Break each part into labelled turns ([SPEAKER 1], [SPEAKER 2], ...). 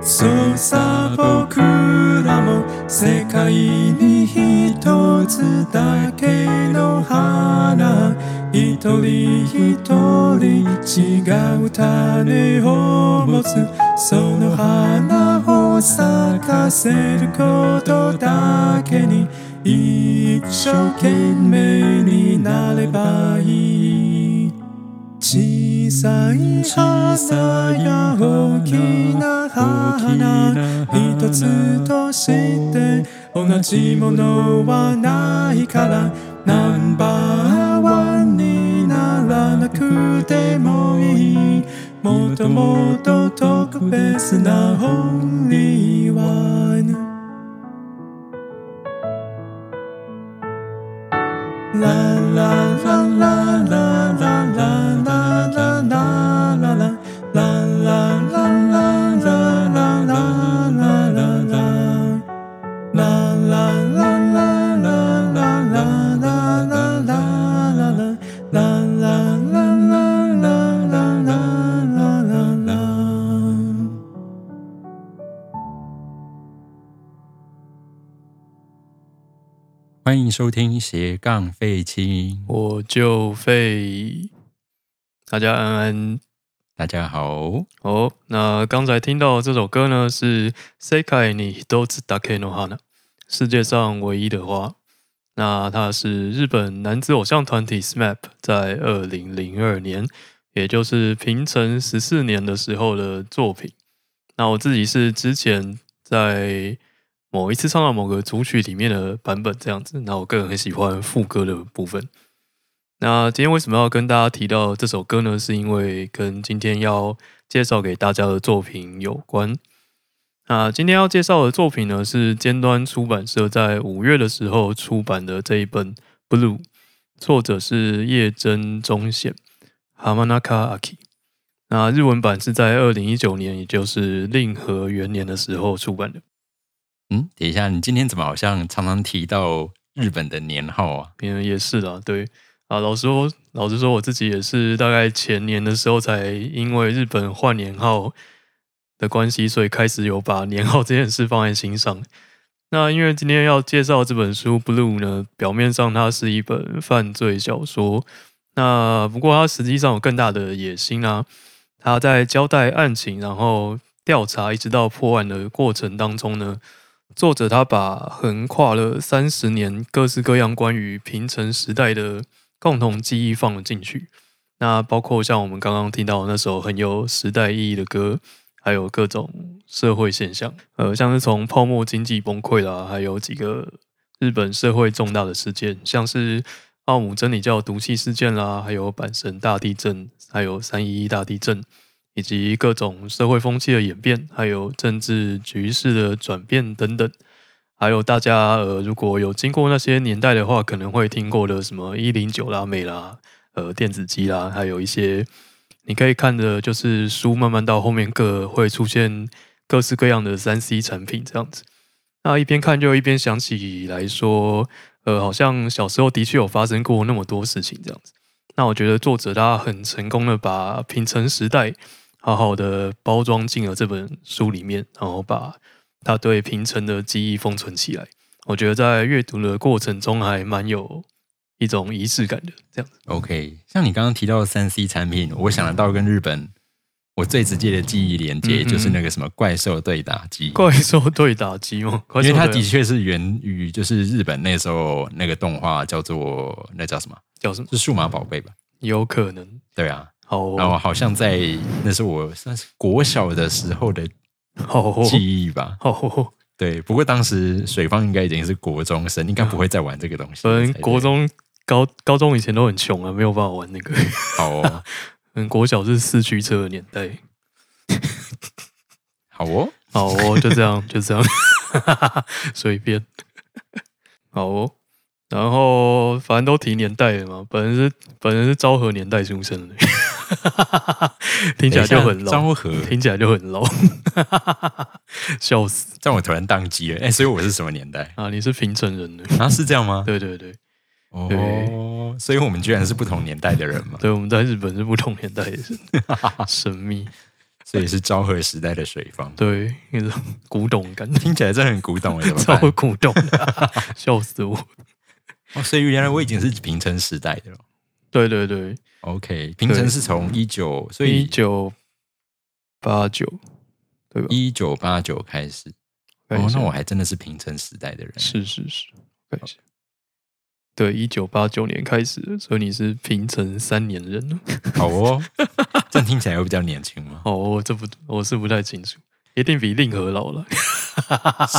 [SPEAKER 1] そうさ僕らも世界に一つだけの花一人一人違う種を持つその花を咲かせることだけに一生懸命になればいい小さい花や大きな花一つとして同じものはないからナンバーワンにならなくてもいいもっともっと特別なオンリーワンラララララララララララララララ
[SPEAKER 2] 欢迎收听斜杠废青，
[SPEAKER 3] 我就废。大家安安
[SPEAKER 2] 大家好，
[SPEAKER 3] 哦。那刚才听到这首歌呢，是《世界に一つだけの花》，世界上唯一的花。那它是日本男子偶像团体 SMAP 在二零零二年，也就是平成十四年的时候的作品。那我自己是之前在某一次唱到某个主曲里面的版本这样子。那我个人很喜欢副歌的部分。那今天为什么要跟大家提到这首歌呢？是因为跟今天要介绍给大家的作品有关。那今天要介绍的作品呢，是尖端出版社在五月的时候出版的这一本《Blue》，作者是叶真忠显 （Hamanaka Aki）。那日文版是在二零一九年，也就是令和元年的时候出版的。
[SPEAKER 2] 嗯，等一下，你今天怎么好像常常提到日本的年号啊？
[SPEAKER 3] 别人也是啦，对啊，老实说，老实说，我自己也是大概前年的时候才因为日本换年号的关系，所以开始有把年号这件事放在心上。那因为今天要介绍这本书《Blue》呢，表面上它是一本犯罪小说，那不过它实际上有更大的野心啊。它在交代案情，然后调查一直到破案的过程当中呢，作者他把横跨了三十年各式各样关于平成时代的共同记忆放了进去。那包括像我们刚刚听到那首很有时代意义的歌，还有各种社会现象，呃，像是从泡沫经济崩溃啦，还有几个日本社会重大的事件，像是奥姆真理教毒气事件啦，还有阪神大地震，还有三一一大地震，以及各种社会风气的演变，还有政治局势的转变等等，还有大家呃，如果有经过那些年代的话，可能会听过的什么一零九啦、美啦、呃电子机啦，还有一些你可以看着就是书慢慢到后面各会出现各式各样的三 C 产品这样子。那一边看就一边想起来说，呃，好像小时候的确有发生过那么多事情这样子。那我觉得作者他很成功的把平成时代好好的包装进了这本书里面，然后把他对平成的记忆封存起来。我觉得在阅读的过程中还蛮有一种仪式感的，这样子。
[SPEAKER 2] OK，像你刚刚提到三 C 产品，我想得到跟日本我最直接的记忆连接
[SPEAKER 3] 嗯嗯
[SPEAKER 2] 就是那个什么怪兽对打机，
[SPEAKER 3] 怪兽对打机吗？怪
[SPEAKER 2] 因
[SPEAKER 3] 兽
[SPEAKER 2] 为它
[SPEAKER 3] 对
[SPEAKER 2] 的确是源于就是日本那时候那个动画叫做那叫什么？
[SPEAKER 3] 叫什么？
[SPEAKER 2] 是数码宝贝吧？
[SPEAKER 3] 有可能。
[SPEAKER 2] 对啊，
[SPEAKER 3] 好
[SPEAKER 2] 然后
[SPEAKER 3] 哦，
[SPEAKER 2] 好像在那是我算是国小的时候的
[SPEAKER 3] 好哦，
[SPEAKER 2] 记忆吧。
[SPEAKER 3] 好哦，
[SPEAKER 2] 对，不过当时水方应该已经是国中生，应该不会再玩这个东西。
[SPEAKER 3] 反正嗯国中、高高中以前都很穷啊，没有办法玩那个。
[SPEAKER 2] 好哦，
[SPEAKER 3] 嗯，国小是四驱车的年代。
[SPEAKER 2] 好 哦，
[SPEAKER 3] 好哦，就这样，就 这样，随便。好哦，然后反正都提年代了嘛，本人是本人是昭和年代出生的， 听起来就很老，
[SPEAKER 2] 昭和，
[SPEAKER 3] 听起来就很老， 笑死
[SPEAKER 2] 让我突然宕机了。哎，所以我是什么年代？
[SPEAKER 3] 啊！你是平成人的，
[SPEAKER 2] 啊，是这样吗？
[SPEAKER 3] 对对对，
[SPEAKER 2] 哦，所以我们居然是不同年代的人嘛。
[SPEAKER 3] 对，我们在日本是不同年代的人，神秘。
[SPEAKER 2] 所以是昭和时代的水方，
[SPEAKER 3] 对，那种古董感，
[SPEAKER 2] 听起来真的很古董哎，怎么
[SPEAKER 3] 超
[SPEAKER 2] 办？
[SPEAKER 3] 古董的， 笑死我！
[SPEAKER 2] 哦，所以原来我已经是平成时代的了。
[SPEAKER 3] 对对对，
[SPEAKER 2] OK，平成是从一九，所
[SPEAKER 3] 一
[SPEAKER 2] 以
[SPEAKER 3] 九八九，对吧？
[SPEAKER 2] 一九八九开始。
[SPEAKER 3] 看一
[SPEAKER 2] 哦，
[SPEAKER 3] 下
[SPEAKER 2] 那我还真的是平成时代的人。
[SPEAKER 3] 是是是，看一下。对，一九八九年开始的，所以你是平成三年人了。
[SPEAKER 2] 好哦， 这样听起来会比较年轻 吗？
[SPEAKER 3] 哦，我这不我是不太清楚，一定比令和老了。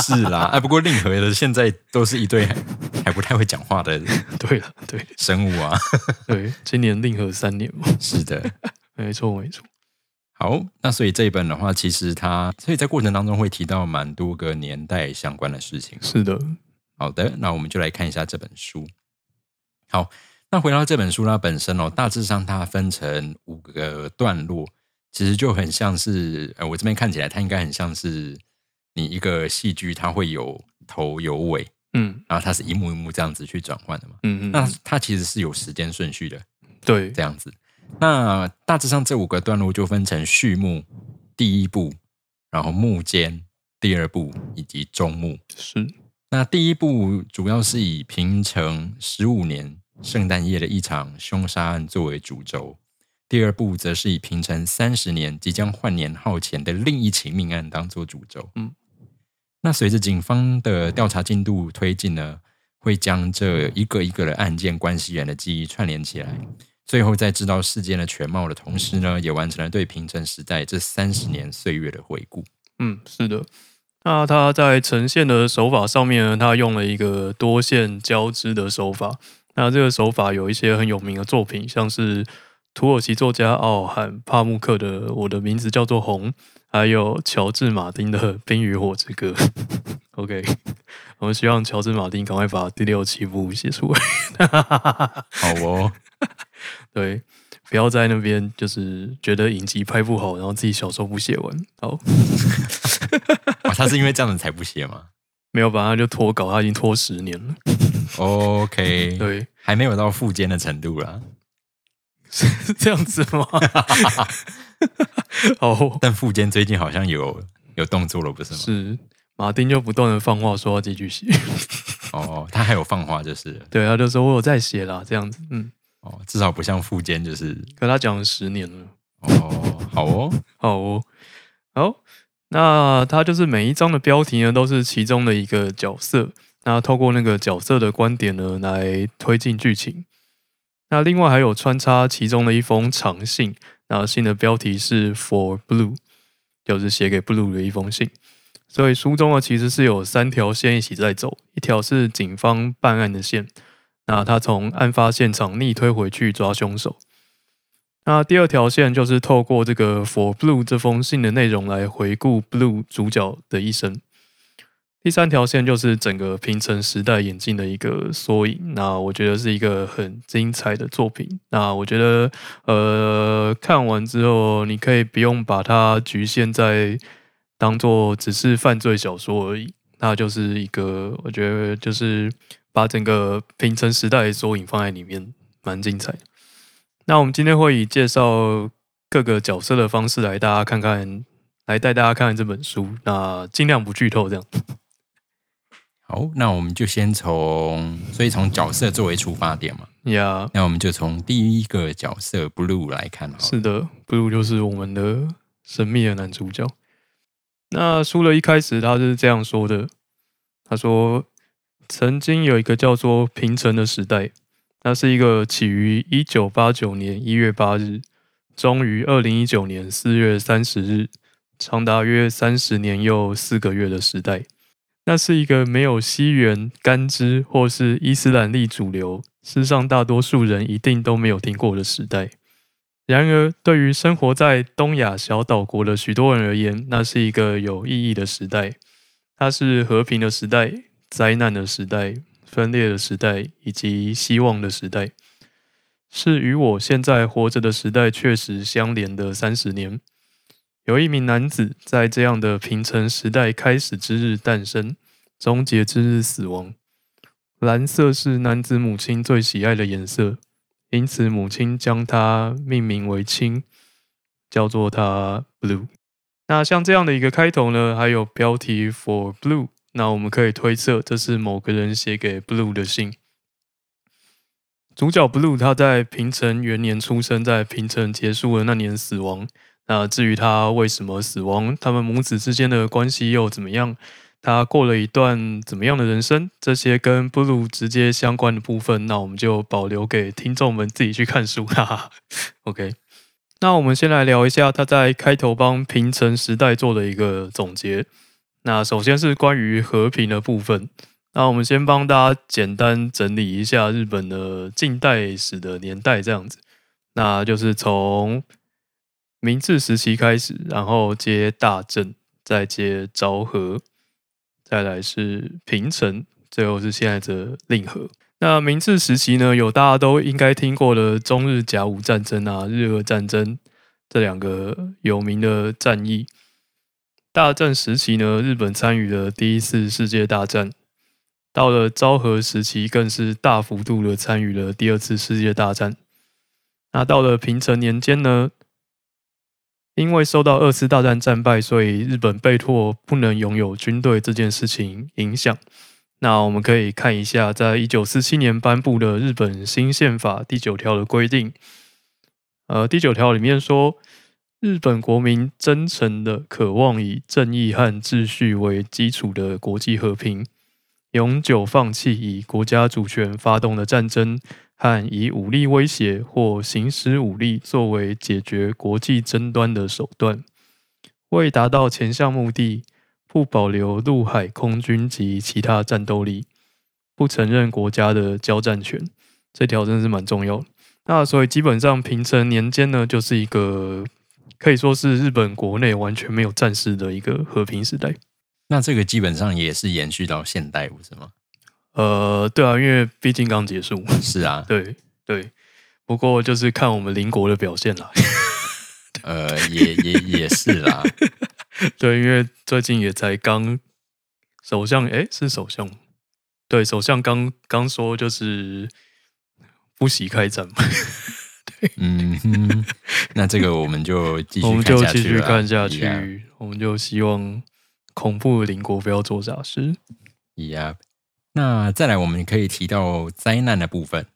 [SPEAKER 2] 是啦，哎，不过令和的现在都是一对还 还不太会讲话的
[SPEAKER 3] 对了，对
[SPEAKER 2] 生物 啊。
[SPEAKER 3] 对，今年令和三年嘛，
[SPEAKER 2] 是的，
[SPEAKER 3] 没错没错。
[SPEAKER 2] 好，那所以这一本的话，其实它所以在过程当中会提到蛮多个年代相关的事情。
[SPEAKER 3] 是的，
[SPEAKER 2] 好的，那我们就来看一下这本书。好，那回到这本书它本身哦，大致上它分成五个段落，其实就很像是，呃，我这边看起来它应该很像是你一个戏剧，它会有头有尾，
[SPEAKER 3] 嗯
[SPEAKER 2] 然后它是一幕一幕这样子去转换的嘛。
[SPEAKER 3] 嗯
[SPEAKER 2] 那
[SPEAKER 3] 嗯，
[SPEAKER 2] 它其实是有时间顺序的，
[SPEAKER 3] 对
[SPEAKER 2] 这样子。那大致上这五个段落就分成序幕、第一部，然后幕间、第二部以及中幕。
[SPEAKER 3] 是，
[SPEAKER 2] 那第一部主要是以平成十五年圣诞夜的一场凶杀案作为主轴，第二部则是以平成三十年即将换年号前的另一起命案当做主轴。
[SPEAKER 3] 嗯，
[SPEAKER 2] 那随着警方的调查进度推进呢，会将这一个一个的案件关系人的记忆串联起来，最后在知道事件的全貌的同时呢，也完成了对平成时代这三十年岁月的回顾。
[SPEAKER 3] 嗯是的。那他在呈现的手法上面呢，他用了一个多线交织的手法。那这个手法有一些很有名的作品，像是土耳其作家奥罕帕慕克的《我的名字叫做红》，还有乔治马丁的《 冰与火之歌》。OK，我 们希望乔治马丁赶快把第六七部写出来。
[SPEAKER 2] 好 哦，
[SPEAKER 3] 对，不要在那边就是觉得影集拍不好，然后自己小说不写完，好，
[SPEAKER 2] 哇，哦他是因为这样子才不写吗？
[SPEAKER 3] 没有把它就拖稿，他已经拖十年了。
[SPEAKER 2] OK，
[SPEAKER 3] 对，
[SPEAKER 2] 还没有到附件的程度啦，
[SPEAKER 3] 是这样子 吗？好，
[SPEAKER 2] 但附件最近好像有有动作了，不是吗？
[SPEAKER 3] 是马丁就不断的放话说要继续写，
[SPEAKER 2] 哦，他还有放话就是了
[SPEAKER 3] 对，他就说我有在写啦，这样子，嗯，
[SPEAKER 2] 哦，至少不像附件就是
[SPEAKER 3] 可他讲了十年了。
[SPEAKER 2] 哦，好哦，
[SPEAKER 3] 好哦，好，那它就是每一章的标题呢，都是其中的一个角色，那透过那个角色的观点呢，来推进剧情。那另外还有穿插其中的一封长信，那信的标题是 For Blue，就是写给 Blue 的一封信。所以书中呢，其实是有三条线一起在走，一条是警方办案的线，那他从案发现场逆推回去抓凶手。那第二条线就是透过这个 For Blue 这封信的内容来回顾 Blue 主角的一生。第三条线就是整个平成时代演进的一个缩影，那我觉得是一个很精彩的作品。那我觉得，呃，看完之后你可以不用把它局限在当做只是犯罪小说而已，那就是一个我觉得就是把整个平成时代的缩影放在里面，蛮精彩的。那我们今天会以介绍各个角色的方式来大家看看，来带大家看看这本书。那尽量不剧透，这样。
[SPEAKER 2] 好，那我们就先从，所以从角色作为出发点嘛，
[SPEAKER 3] 呀、
[SPEAKER 2] 那我们就从第一个角色 Blue 来看好了，
[SPEAKER 3] 是的，不如就是我们的神秘的男主角。那书的一开始他是这样说的：他说，曾经有一个叫做平成的时代，那是一个起于一九八九年一月八日，终于二零一九年四月三十日，长达约三十年又四个月的时代。那是一个没有西元、甘支或是伊斯兰历主流，世上大多数人一定都没有听过的时代。然而，对于生活在东亚小岛国的许多人而言，那是一个有意义的时代。它是和平的时代、灾难的时代、分裂的时代以及希望的时代，是与我现在活着的时代确实相连的三十年。有一名男子在这样的平成时代开始之日诞生，终结之日死亡。蓝色是男子母亲最喜爱的颜色，因此母亲将它命名为青，叫做它 blue。那像这样的一个开头呢，还有标题 For Blue，那我们可以推测这是某个人写给 Blue 的信。主角 Blue 他在平成元年出生，在平成结束的那年死亡。那至于他为什么死亡，他们母子之间的关系又怎么样？他过了一段怎么样的人生？这些跟 Blue 直接相关的部分，那我们就保留给听众们自己去看书啦。哈 哈 OK，那我们先来聊一下他在开头帮平成时代做的一个总结。那首先是关于和平的部分。那我们先帮大家简单整理一下日本的近代史的年代，这样子，那就是从明治时期开始，然后接大正，再接昭和，再来是平成，最后是现在的令和。那明治时期呢，有大家都应该听过的中日甲午战争啊、日俄战争这两个有名的战役。大正时期呢，日本参与了第一次世界大战。到了昭和时期，更是大幅度的参与了第二次世界大战。那到了平成年间呢，因为受到二次大战战败，所以日本被迫不能拥有军队这件事情影响。那我们可以看一下，在一九四七年颁布的日本新宪法第九条的规定。呃，第九条里面说，日本国民真诚的渴望以正义和秩序为基础的国际和平。永久放弃以国家主权发动的战争和以武力威胁或行使武力作为解决国际争端的手段。为达到前项目的，不保留陆海空军及其他战斗力，不承认国家的交战权。这条真的是蛮重要的。那所以基本上平成年间呢，就是一个可以说是日本国内完全没有战事的一个和平时代。
[SPEAKER 2] 那这个基本上也是延续到现代，不是吗？
[SPEAKER 3] 呃，对啊，因为毕竟刚结束。
[SPEAKER 2] 是啊，
[SPEAKER 3] 对对，不过就是看我们邻国的表现啦。
[SPEAKER 2] 呃，也也也是啦。
[SPEAKER 3] 对，因为最近也才刚首相，诶，是首相吗，对，首相刚刚说就是不惜开战嘛，
[SPEAKER 2] 嗯哼，那这个我们就继续
[SPEAKER 3] 我们
[SPEAKER 2] 看
[SPEAKER 3] 就
[SPEAKER 2] 下
[SPEAKER 3] 继
[SPEAKER 2] 去啊
[SPEAKER 3] 续
[SPEAKER 2] 啦
[SPEAKER 3] 看下
[SPEAKER 2] Yeah,
[SPEAKER 3] 去，我们就希望恐怖的邻国不要做傻事。
[SPEAKER 2] yeah. 那再来，我们可以提到灾难的部分。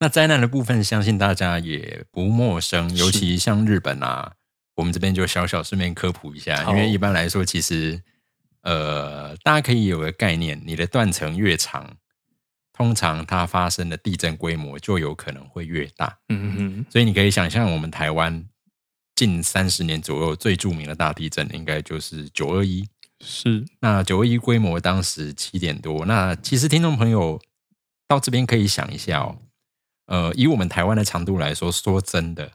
[SPEAKER 2] 那灾难的部分，相信大家也不陌生，尤
[SPEAKER 3] 是
[SPEAKER 2] 其像日本啊，我们这边就小小顺便科普一下，
[SPEAKER 3] 好
[SPEAKER 2] 因为一般来说，其实呃，大家可以有个概念，你的断层越长，通常它发生的地震规模就有可能会越大。
[SPEAKER 3] 嗯哼，
[SPEAKER 2] 所以你可以想象，我们台湾近三十年左右最著名的大地震，应该就是九二一。
[SPEAKER 3] 是
[SPEAKER 2] 那九二一规模当时七点多。那其实听众朋友到这边可以想一下哦，呃，以我们台湾的长度来说，说真的，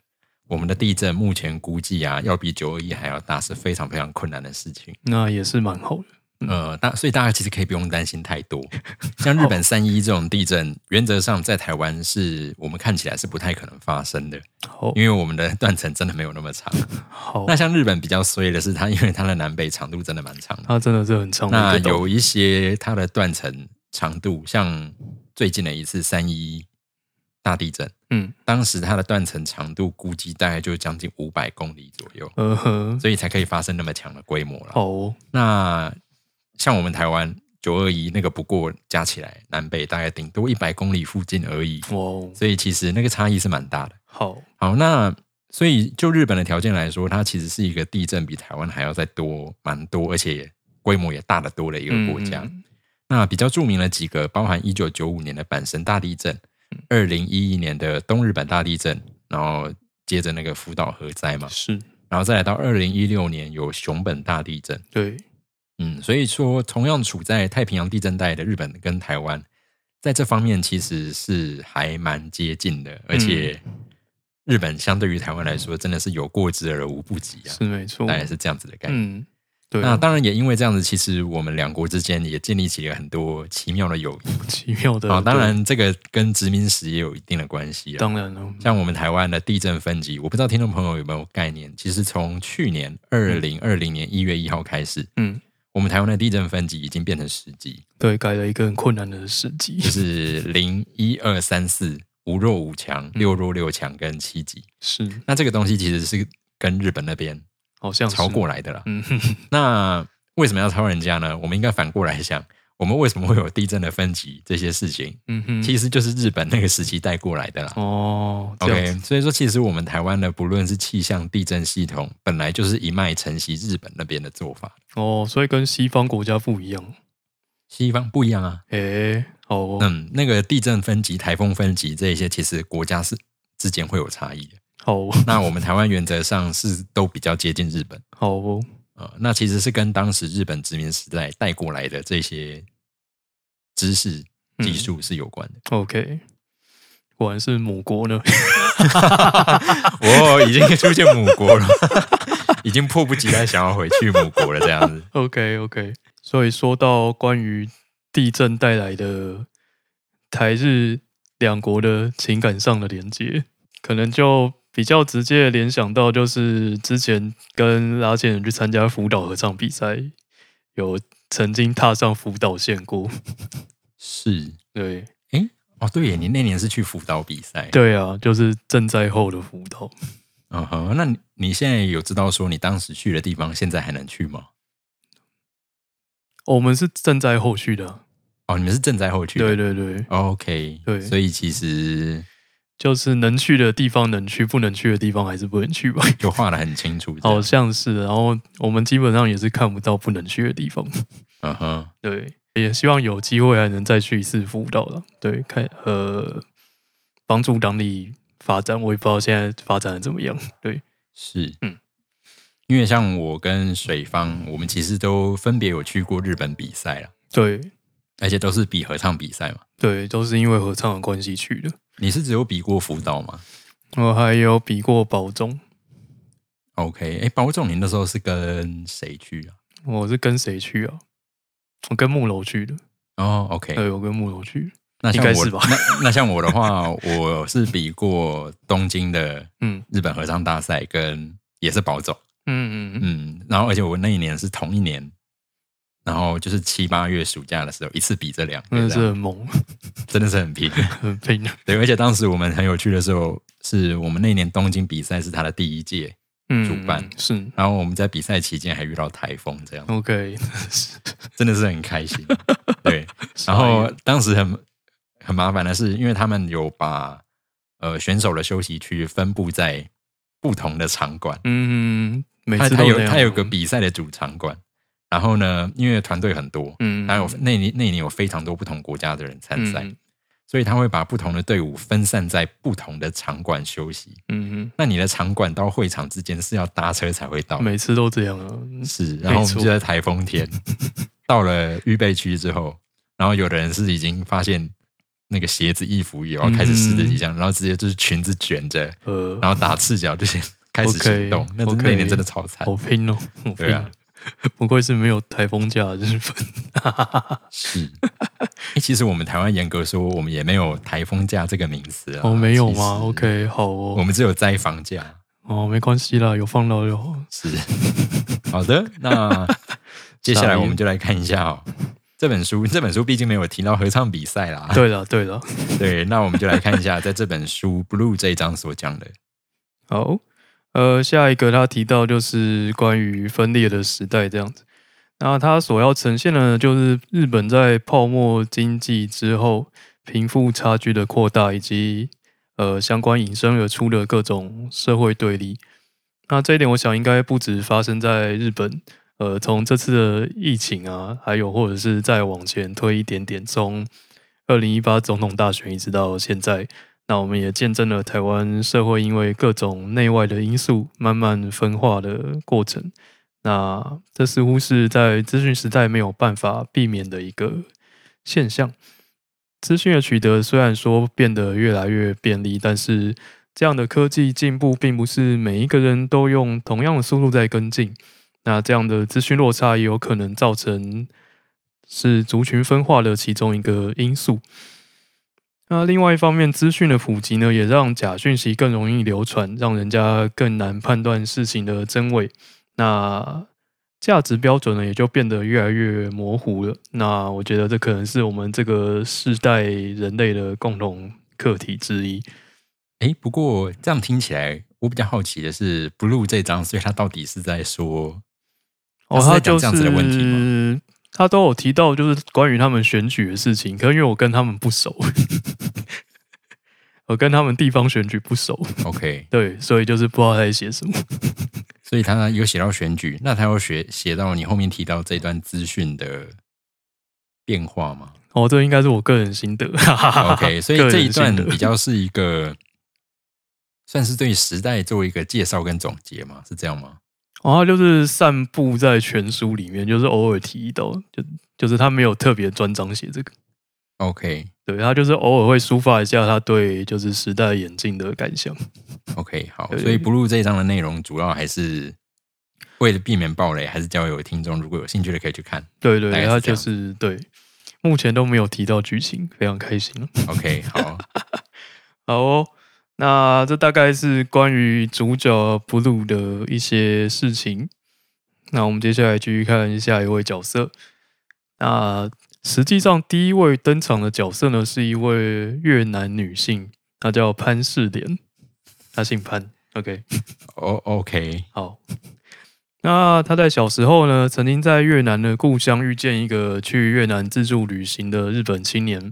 [SPEAKER 2] 我们的地震目前估计啊，要比九二一还要大，是非常非常困难的事情。
[SPEAKER 3] 那也是蛮好的。
[SPEAKER 2] 呃，大所以大家其实可以不用担心太多。像日本三一这种地震，原则上在台湾是我们看起来是不太可能发生的。
[SPEAKER 3] 好
[SPEAKER 2] 因为我们的断层真的没有那么长。
[SPEAKER 3] 好
[SPEAKER 2] 那，像日本比较衰的是它，因为它的南北长度真的蛮长的。
[SPEAKER 3] 那真的是很长
[SPEAKER 2] 那
[SPEAKER 3] 的一个
[SPEAKER 2] 有一些它的断层长度，像最近的一次三一大地震，
[SPEAKER 3] 嗯
[SPEAKER 2] 当时它的断层长度估计大概就将近五百公里左右，
[SPEAKER 3] 呃呵，
[SPEAKER 2] 所以才可以发生那么强的规模了。
[SPEAKER 3] 好哦
[SPEAKER 2] 那像我们台湾九二一那个，不过加起来南北大概顶多一百公里附近而已，
[SPEAKER 3] 哇哦，
[SPEAKER 2] 所以其实那个差异是蛮大的。
[SPEAKER 3] 好
[SPEAKER 2] 好，那所以就日本的条件来说，它其实是一个地震比台湾还要再多蛮多，而且也规模也大得多的一个国家。
[SPEAKER 3] 嗯嗯
[SPEAKER 2] 那比较著名的几个，包含一九九五年的阪神大地震，
[SPEAKER 3] 嗯
[SPEAKER 2] 二零一一年的东日本大地震，然后接着那个福岛核灾嘛，
[SPEAKER 3] 是
[SPEAKER 2] 然后再来到二零一六年有熊本大地震。
[SPEAKER 3] 对，
[SPEAKER 2] 嗯，所以说同样处在太平洋地震带的日本跟台湾，在这方面其实是还蛮接近的，而且
[SPEAKER 3] 嗯
[SPEAKER 2] 日本相对于台湾来说，真的是有过之而无不及啊，
[SPEAKER 3] 是没错
[SPEAKER 2] 大，概是这样子的概念。
[SPEAKER 3] 嗯，对啊，
[SPEAKER 2] 那当然也因为这样子，其实我们两国之间也建立起了很多奇妙的友谊
[SPEAKER 3] 奇妙的
[SPEAKER 2] 啊。当
[SPEAKER 3] 对
[SPEAKER 2] 然，这个跟殖民史也有一定的关系啊。
[SPEAKER 3] 当然了，
[SPEAKER 2] 像我们台湾的地震分级，我不知道听众朋友有没有概念，其实从去年二零二零年一月一号开始，
[SPEAKER 3] 嗯，
[SPEAKER 2] 我们台湾的地震分级已经变成十级，
[SPEAKER 3] 对，改了一个很困难的时机
[SPEAKER 2] 就，是零、一、二、三、四，五弱五强、六弱六强跟七级。
[SPEAKER 3] 是
[SPEAKER 2] 那这个东西其实是跟日本那边
[SPEAKER 3] 好哦像是
[SPEAKER 2] 超过来的啦。
[SPEAKER 3] 嗯，
[SPEAKER 2] 那为什么要超人家呢？我们应该反过来想，我们为什么会有地震的分级这些事情，
[SPEAKER 3] 嗯哼，
[SPEAKER 2] 其实就是日本那个时期带过来的啦。
[SPEAKER 3] 哦这样
[SPEAKER 2] OK，
[SPEAKER 3] 子
[SPEAKER 2] 所以说其实我们台湾的不论是气象、地震系统，本来就是一脉承袭日本那边的做法，
[SPEAKER 3] 哦，所以跟西方国家不一样。
[SPEAKER 2] 西方不一样啊。
[SPEAKER 3] 诶，哦，
[SPEAKER 2] 嗯，那个地震分级、台风分级这一些，其实国家是之间会有差 异的。
[SPEAKER 3] 好哦
[SPEAKER 2] 那我们台湾原则上是都比较接近日本，
[SPEAKER 3] 好哦，
[SPEAKER 2] 呃，那其实是跟当时日本殖民时代带过来的这些知识
[SPEAKER 3] 嗯
[SPEAKER 2] 技术是有关的。
[SPEAKER 3] OK，果然是母国呢。
[SPEAKER 2] 哦，已经出现母国了， 已经迫不及待想要回去母国了，这样子。
[SPEAKER 3] OK OK，所以说到关于地震带来的台日两国的情感上的连接，可能就比较直接地联想到就是之前跟拉线人去参加福岛合唱比赛，有曾经踏上福岛县过。
[SPEAKER 2] 是，
[SPEAKER 3] 对
[SPEAKER 2] 哦，对耶，你那年是去辅导比赛，，
[SPEAKER 3] 对啊，就是震灾后的福岛。
[SPEAKER 2] 嗯哼，那你你现在有知道说你当时去的地方现在还能去吗？
[SPEAKER 3] 哦我们是震灾后续的啊，
[SPEAKER 2] 哦，你们是正在后去的，
[SPEAKER 3] 对对对，
[SPEAKER 2] ，OK，
[SPEAKER 3] 对
[SPEAKER 2] 所以其实
[SPEAKER 3] 就是能去的地方能去，不能去的地方还是不能去吧。
[SPEAKER 2] 就画的很清楚，这样
[SPEAKER 3] 好，像哦是，然后我们基本上也是看不到不能去的地 方。
[SPEAKER 2] 嗯哼，
[SPEAKER 3] 对，也希望有机会还能再去一次辅导了。对，看呃，帮助当地发展，我也不知道现在发展的怎么样。 对，
[SPEAKER 2] 是，
[SPEAKER 3] 嗯，
[SPEAKER 2] 因为像我跟水方，我们其实都分别有去过日本比赛了，
[SPEAKER 3] 对，
[SPEAKER 2] 而且都是比合唱比赛嘛。
[SPEAKER 3] 对，都是因为合唱的关系去的。
[SPEAKER 2] 你是只有比过福岛吗
[SPEAKER 3] 我还有比过保中，
[SPEAKER 2] ？OK，哎，包仲，你那时候是跟谁去啊？
[SPEAKER 3] 我是跟谁去啊？我跟木楼去的。
[SPEAKER 2] 哦，OK，
[SPEAKER 3] 对，我跟木楼去。
[SPEAKER 2] 那像
[SPEAKER 3] 应该
[SPEAKER 2] 我
[SPEAKER 3] 是吧
[SPEAKER 2] 那那像我的话，我是比过东京的
[SPEAKER 3] 嗯
[SPEAKER 2] 日本合唱大赛，跟也是保总，
[SPEAKER 3] 嗯嗯嗯，
[SPEAKER 2] 嗯，然后而且我那一年是同一年，然后就是七八月暑假的时候，一次比这两
[SPEAKER 3] 真
[SPEAKER 2] 个
[SPEAKER 3] 的
[SPEAKER 2] 这
[SPEAKER 3] 是
[SPEAKER 2] 样，
[SPEAKER 3] 很猛，
[SPEAKER 2] 真的是很拼。
[SPEAKER 3] 很拼。
[SPEAKER 2] 对，而且当时我们很有趣的时候，是我们那一年东京比赛是他的第一届，
[SPEAKER 3] 嗯，
[SPEAKER 2] 主办
[SPEAKER 3] 是
[SPEAKER 2] 然后我们在比赛期间还遇到台风，这样
[SPEAKER 3] OK。
[SPEAKER 2] 真的是很开心。对，然后当时很很麻烦的是，因为他们有把呃选手的休息区分布在不同的场馆，
[SPEAKER 3] 嗯，每
[SPEAKER 2] 他
[SPEAKER 3] 次
[SPEAKER 2] 他
[SPEAKER 3] 都
[SPEAKER 2] 有
[SPEAKER 3] 那样哦
[SPEAKER 2] 他有个，比赛的主场馆，然后呢，因为团队很多，
[SPEAKER 3] 嗯，
[SPEAKER 2] 还有那年那年有非常多不同国家的人参赛，
[SPEAKER 3] 嗯
[SPEAKER 2] 所以他会把不同的队伍分散在不同的场馆休息。
[SPEAKER 3] 嗯
[SPEAKER 2] 那你的场馆到会场之间是要搭车才会到
[SPEAKER 3] 嗯，，每次都这样啊。
[SPEAKER 2] 是，然后我们
[SPEAKER 3] 错
[SPEAKER 2] 就在台风 天到了预备区之后，然后有的人是已经发现那个鞋子、衣服也要开始湿的迹象，然后直接就是裙子卷着，
[SPEAKER 3] 嗯呃，
[SPEAKER 2] 然后打赤脚就 先开始行动，那真
[SPEAKER 3] OK，
[SPEAKER 2] 那年真的超惨，
[SPEAKER 3] 好拼哦，好
[SPEAKER 2] 对
[SPEAKER 3] 拼
[SPEAKER 2] 啊
[SPEAKER 3] 哦，不愧是没有台风假的日本。
[SPEAKER 2] 是。诶其实我们台湾严格说，我们也没有台风假这个名词啊，
[SPEAKER 3] 哦，没有吗
[SPEAKER 2] 其实
[SPEAKER 3] ？OK，好
[SPEAKER 2] 我
[SPEAKER 3] 哦，
[SPEAKER 2] 们只有灾防假，
[SPEAKER 3] 哦，没关系啦，有放到就好。
[SPEAKER 2] 是。好的， 那接下来我们就来看一下哦。这本书，这本书毕竟没有提到合唱比赛啦，
[SPEAKER 3] 对了，对了，
[SPEAKER 2] 对，那我们就来看一下，在这本书《Blue》这一章所讲的。
[SPEAKER 3] 好，呃，下一个他提到就是关于分裂的时代这样子。那他所要呈现的呢，就是日本在泡沫经济之后，贫富差距的扩大，以及呃相关引申而出的各种社会对立。那这一点，我想应该不止发生在日本，呃，从这次的疫情啊，还有或者是再往前推一点点，从二零一八总统大选一直到现在，那我们也见证了台湾社会因为各种内外的因素慢慢分化的过程。那这似乎是在资讯时代没有办法避免的一个现象。资讯的取得虽然说变得越来越便利，但是这样的科技进步并不是每一个人都用同样的速度在跟进。那这样的资讯落差也有可能造成是族群分化的其中一个因素。那另外一方面，资讯的普及呢，也让假讯息更容易流传，让人家更难判断事情的真伪。那价值标准呢，也就变得越来越模糊了。那我觉得这可能是我们这个世代人类的共同课题之一。
[SPEAKER 2] 诶，不过这样听起来，我比较好奇的是，Blue 这张，所以他到底是在说他
[SPEAKER 3] 哦，他
[SPEAKER 2] 是在讲
[SPEAKER 3] 就
[SPEAKER 2] 这样子的问题吗
[SPEAKER 3] 是他都有提到，就是关于他们选举的事情。可是因为我跟他们不熟， 我跟他们地方选举不熟，
[SPEAKER 2] OK？
[SPEAKER 3] 对，所以就是不知道他在写什么。
[SPEAKER 2] 所以他有写到选举，那他有写写到你后面提到这段资讯的变化 吗
[SPEAKER 3] 哦，这应该是我个人心得。
[SPEAKER 2] ？OK，所以这一段
[SPEAKER 3] 啊个人心得
[SPEAKER 2] 比较是一个算是对时代做一个介绍跟总结嘛，是这样吗？
[SPEAKER 3] 然后哦就是散布在全书里面，就是偶尔提到，就就是他没有特别专章写这个，
[SPEAKER 2] OK
[SPEAKER 3] 对他就是偶尔会抒发一下他对就是时代眼镜的感想。
[SPEAKER 2] OK，好，
[SPEAKER 3] 对
[SPEAKER 2] 所以 Blue 这一章的内容主要还是为了避免暴雷，还是交由听众如果有兴趣的可以去看。
[SPEAKER 3] 对对
[SPEAKER 2] 大概
[SPEAKER 3] 对，
[SPEAKER 2] 是这
[SPEAKER 3] 他就
[SPEAKER 2] 样
[SPEAKER 3] 是对，目前都没有提到剧情，非常开心。
[SPEAKER 2] OK，好，
[SPEAKER 3] 好哦，那这大概是关于主角 Blue 的一些事情。那我们接下来继续看下一位角色。那实际上第一位登场的角色呢，是一位越南女性，她叫潘世莲，她姓潘。OK，
[SPEAKER 2] O 哦 OK，
[SPEAKER 3] 好。 那她在小时候呢，曾经在越南的故乡遇见一个去越南自助旅行的日本青年。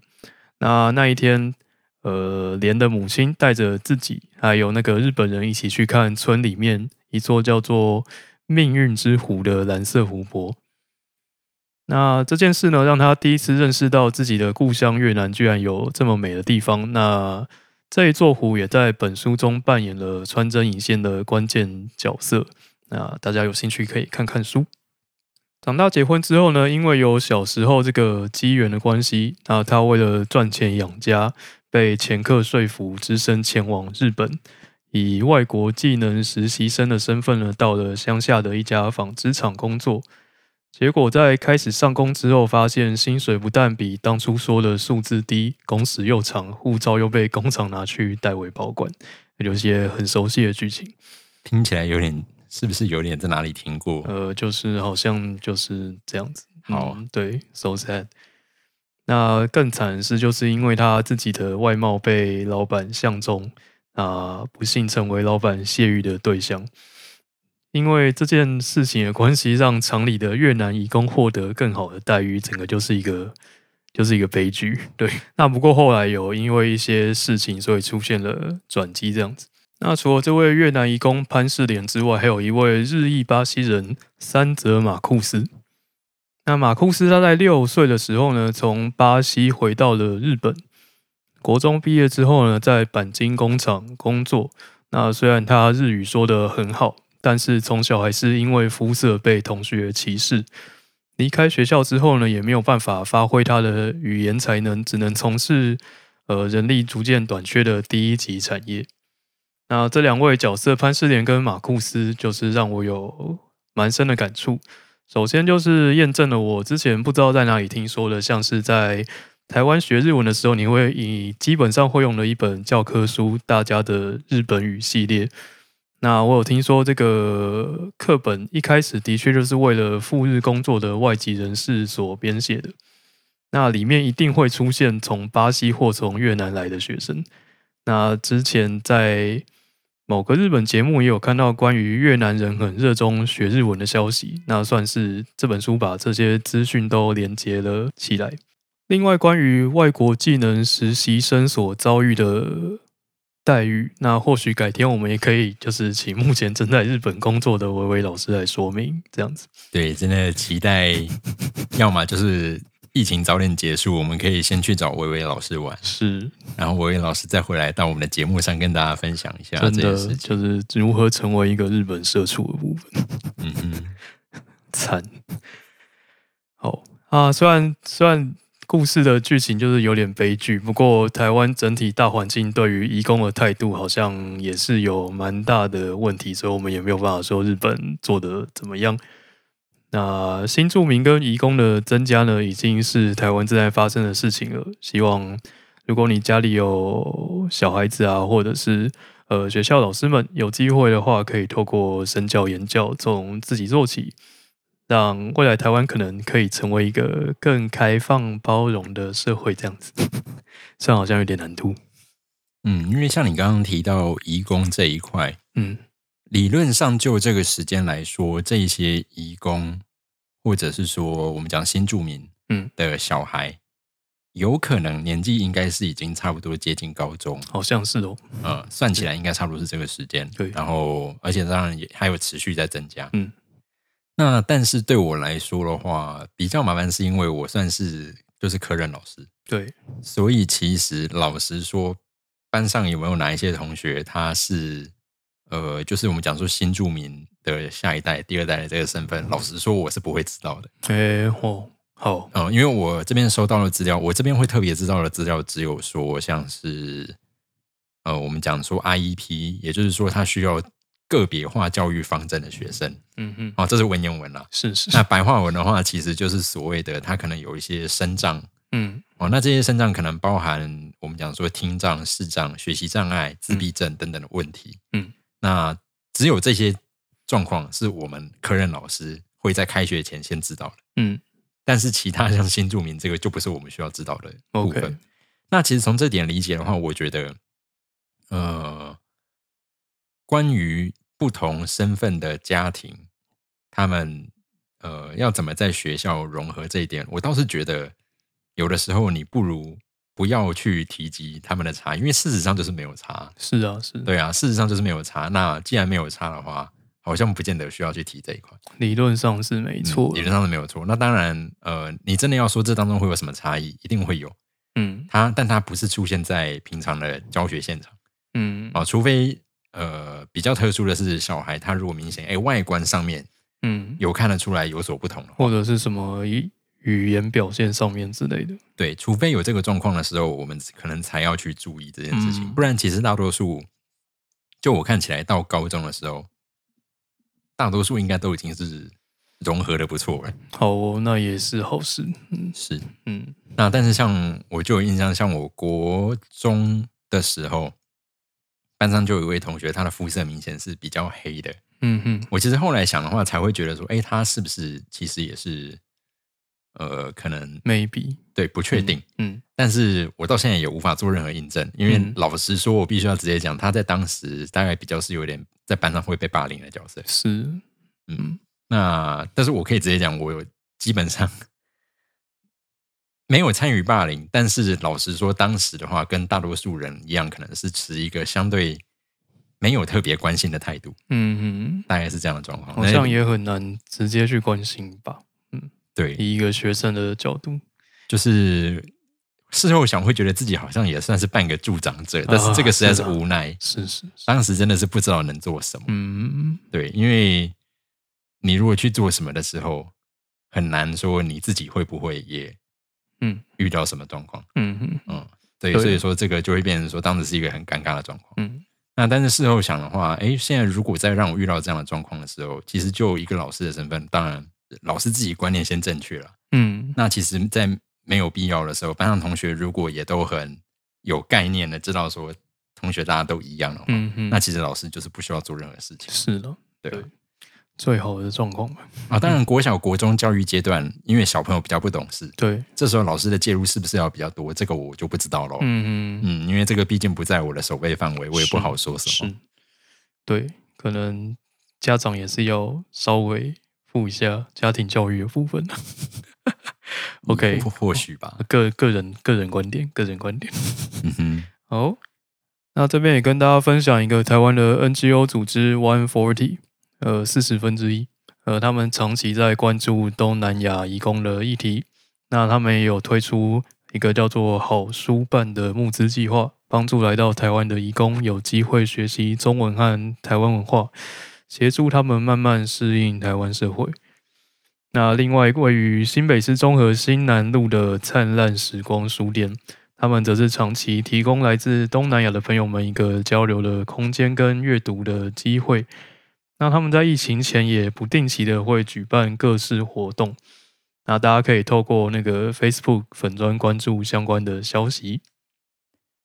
[SPEAKER 3] 那那一天，呃，莲的母亲带着自己还有那个日本人一起去看村里面一座叫做命运之湖的蓝色湖泊。那这件事呢，让他第一次认识到自己的故乡越南居然有这么美的地方。那这一座湖也在本书中扮演了穿针引线的关键角色。那大家有兴趣可以看看书。长大结婚之后呢，因为有小时候这个机缘的关系，那他为了赚钱养家，被前客说服，只身前往日本，以外国技能实习生的身份呢，到了乡下的一家纺织厂工作。结果在开始上工之后，发现薪水不但比当初说的数字低，工时又长，护照又被工厂拿去代为保管，有一些很熟悉的剧情。
[SPEAKER 2] 听起来有点，是不是有点在哪里听过？
[SPEAKER 3] 呃，就是好像就是这样子。
[SPEAKER 2] 好
[SPEAKER 3] 嗯对，so sad。那更惨的是，就是因为他自己的外貌被老板相中，啊，不幸成为老板泄欲的对象。因为这件事情的关系，让厂里的越南移工获得更好的待遇，整个就是一个就是一个悲剧。对，那不过后来有因为一些事情，所以出现了转机这样子。那除了这位越南移工潘世莲之外，还有一位日裔巴西人三泽马库斯。那马库斯他在六岁的时候呢，从巴西回到了日本。国中毕业之后呢，在钣金工厂工作。那虽然他日语说得很好，但是从小还是因为肤色被同学歧视。离开学校之后呢，也没有办法发挥他的语言才能，只能从事呃人力逐渐短缺的第一级产业。那这两位角色潘世莲跟马库斯，就是让我有蛮深的感触。首先就是验证了我之前不知道在哪里听说的，像是在台湾学日文的时候，你会以基本上会用的一本教科书《大家的日本语》系列。那我有听说这个课本一开始的确就是为了赴日工作的外籍人士所编写的，那里面一定会出现从巴西或从越南来的学生。那之前在某个日本节目也有看到关于越南人很热衷学日文的消息，那算是这本书把这些资讯都连接了起来。另外，关于外国技能实习生所遭遇的待遇，那或许改天我们也可以就是请目前正在日本工作的维维老师来说明这样子。
[SPEAKER 2] 对，真的期 待，要么就是疫情早点结束，我们可以先去找薇薇老师玩，
[SPEAKER 3] 是
[SPEAKER 2] 然后薇薇老师再回来到我们的节目上跟大家分享一下这
[SPEAKER 3] 真
[SPEAKER 2] 件
[SPEAKER 3] 的
[SPEAKER 2] 事情。
[SPEAKER 3] 就是如何成为一个日本社畜的部分。
[SPEAKER 2] 嗯嗯，
[SPEAKER 3] 惨。好啊，虽然虽然故事的剧情就是有点悲剧，不过台湾整体大环境对于移工的态度好像也是有蛮大的问题，所以我们也没有办法说日本做的怎么样。那新住民跟移工的增加呢，已经是台湾正在发生的事情了。希望如果你家里有小孩子啊，或者是呃学校老师们有机会的话，可以透过身教言教，从自己做起，让未来台湾可能可以成为一个 更开放包容的社会，这样子。虽然好像有点难度。
[SPEAKER 2] 嗯，因为像你刚刚提到移工这一块，
[SPEAKER 3] 嗯，
[SPEAKER 2] 理论上就这个时间来说，这一些移工或者是说我们讲新住民，
[SPEAKER 3] 嗯
[SPEAKER 2] 的小孩，有可能年纪应该是已经差不多接近高中，
[SPEAKER 3] 好像是哦，
[SPEAKER 2] 呃，算起来应该差不多是这个时间。
[SPEAKER 3] 对
[SPEAKER 2] 然后而且当然也还有持续在增加。
[SPEAKER 3] 嗯，
[SPEAKER 2] 那但是对我来说的话，比较麻烦是因为我算是就是科任老师，
[SPEAKER 3] 对，
[SPEAKER 2] 所以其实老实说，班上有没有哪一些同学他是呃，就是我们讲说新住民的下一代、第二代的这个身份，老实说我是不会知道的。
[SPEAKER 3] 哎哦，好，
[SPEAKER 2] 哦，因为我这边收到的资料，我这边会特别知道的资料只有说像是呃，我们讲说 IEP，也就是说他需要个别化教育方针的学生
[SPEAKER 3] 嗯嗯，
[SPEAKER 2] 哦，这是文言文啦。
[SPEAKER 3] 是是，
[SPEAKER 2] 那白话文的话，其实就是所谓的他可能有一些生障
[SPEAKER 3] 嗯
[SPEAKER 2] 哦，那这些生障可能包含我们讲说听障、视障、学习障碍、自闭症等等的问题。
[SPEAKER 3] 嗯，
[SPEAKER 2] 那只有这些状况是我们科任老师会在开学前先知道的。
[SPEAKER 3] 嗯
[SPEAKER 2] 但是其他像新住民这个就不是我们需要知道的部分。
[SPEAKER 3] ，OK，
[SPEAKER 2] 那其实从这点理解的话，我觉得，呃，关于不同身份的家庭，他们呃要怎么在学校融合这一点，我倒是觉得有的时候你不如不要去提及他们的差，因为事实上就是没有差。
[SPEAKER 3] 是啊是，
[SPEAKER 2] 对啊，事实上就是没有差。那既然没有差的话，好像不见得需要去提这一块。
[SPEAKER 3] 理论上是没
[SPEAKER 2] 嗯
[SPEAKER 3] 错
[SPEAKER 2] 理
[SPEAKER 3] 的，
[SPEAKER 2] 论上是没有错。那当然，呃，你真的要说这当中会有什么差异，一定会有。
[SPEAKER 3] 嗯
[SPEAKER 2] 它，但它不是出现在平常的教学现场
[SPEAKER 3] 嗯
[SPEAKER 2] 啊、除非呃比较特殊的是小孩，他如果明显哎外观上面
[SPEAKER 3] 嗯，
[SPEAKER 2] 有看得出来有所不同的话，
[SPEAKER 3] 或者是什么语语言表现上面之类的，
[SPEAKER 2] 对，除非有这个状况的时候，我们可能才要去注意这件事情。
[SPEAKER 3] 嗯
[SPEAKER 2] 不然，其实大多数，就我看起来，到高中的时候，大多数应该都已经是融合的不错了。
[SPEAKER 3] 好哦，那也是好事，嗯
[SPEAKER 2] 是，
[SPEAKER 3] 嗯
[SPEAKER 2] 那但是像我就有印象，像我国中的时候，班上就有一位同学，他的肤色明显是比较黑的。
[SPEAKER 3] 嗯嗯，
[SPEAKER 2] 我其实后来想的话，才会觉得说，哎，他是不是其实也是，呃，可能
[SPEAKER 3] maybe，
[SPEAKER 2] 对不确定。
[SPEAKER 3] 嗯
[SPEAKER 2] 但是我到现在也无法做任何印证，因为
[SPEAKER 3] 嗯
[SPEAKER 2] 老实说，我必须要直接讲，他在当时大概比较是有点在班上会被霸凌的角色。
[SPEAKER 3] 是，
[SPEAKER 2] 那但是我可以直接讲，我有基本上没有参与霸凌，但是老实说，当时的话跟大多数人一样，可能是持一个相对没有特别关心的态度，
[SPEAKER 3] 嗯嗯，
[SPEAKER 2] 大概是这样的状况。
[SPEAKER 3] 好像
[SPEAKER 2] 那
[SPEAKER 3] 也很难直接去关心吧，
[SPEAKER 2] 对，
[SPEAKER 3] 以一个学生的角度，
[SPEAKER 2] 就是事后想会觉得自己好像也算是半个助长者，但是这个实在是
[SPEAKER 3] 是啊
[SPEAKER 2] 无奈，
[SPEAKER 3] 是是是，
[SPEAKER 2] 当时真的是不知道能做什么。
[SPEAKER 3] 嗯
[SPEAKER 2] 对，因为你如果去做什么的时候，很难说你自己会不会也
[SPEAKER 3] 嗯
[SPEAKER 2] 遇到什么状况。
[SPEAKER 3] 嗯嗯
[SPEAKER 2] 嗯，对，
[SPEAKER 3] 对
[SPEAKER 2] 所以说这个就会变成说，当时是一个很尴尬的状况。
[SPEAKER 3] 嗯
[SPEAKER 2] 那但是事后想的话，诶，现在如果再让我遇到这样的状况的时候，其实就一个老师的身份，当然老师自己观念先正确了。
[SPEAKER 3] 嗯，
[SPEAKER 2] 那其实，在没有必要的时候，班上同学如果也都很有概念的知道说，同学大家都一样的话，
[SPEAKER 3] 嗯嗯，
[SPEAKER 2] 那其实老师就是不需要做任何事情。
[SPEAKER 3] 是了，
[SPEAKER 2] 对啊
[SPEAKER 3] 最好的状况吧，
[SPEAKER 2] 啊，当然，国小、国中教育阶段，因为小朋友比较不懂事，
[SPEAKER 3] 对，
[SPEAKER 2] 这时候老师的介入是不是要比较多？这个我就不知道喽。
[SPEAKER 3] 嗯嗯。
[SPEAKER 2] 嗯因为这个毕竟不在我的守备范围，我也不
[SPEAKER 3] 是
[SPEAKER 2] 好说什么嗯
[SPEAKER 3] 是。，对，可能家长也是要稍微负一下家庭教育的部分。OK，
[SPEAKER 2] 或或许吧。
[SPEAKER 3] 个个人个人观点，个人观点。
[SPEAKER 2] 嗯哼，
[SPEAKER 3] 好，那这边也跟大家分享一个台湾的 NGO 组织 One Forty，呃，四十分之一，呃，他们长期在关注东南亚移工的议题。那他们也有推出一个叫做“好书办”的募资计划，帮助来到台湾的移工有机会学习中文和台湾文化，协助他们慢慢适应台湾社会。那另外，位于新北市中和新南路的灿烂时光书店，他们则是长期提供来自东南亚的朋友们一个交流的空间跟阅读的机会。那他们在疫情前也不定期的会举办各式活动，那大家可以透过那个 Facebook 粉专关注相关的消息。